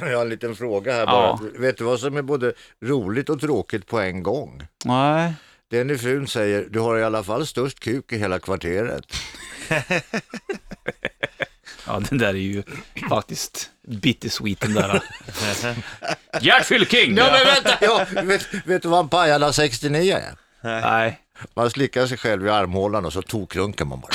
Jag har en liten fråga här Ja. bara. Vet du vad som är både roligt och tråkigt på en gång? Nej. Denny frun säger, du har i alla fall störst kuk i hela kvarteret. Ja, den där är ju faktiskt bittersweet den där. Gert Fylking! Ja, men vänta! Ja, vet, vet du vad en Pajala 69 är? Nej. Man slickar sig själv i armhålan och så tokrunkar man bara.